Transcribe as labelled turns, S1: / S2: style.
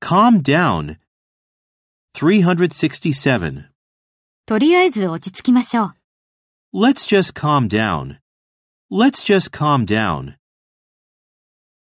S1: Calm down. 367.
S2: とりあえず落ち着きましょう。
S1: Let's just calm down. Let's just calm down.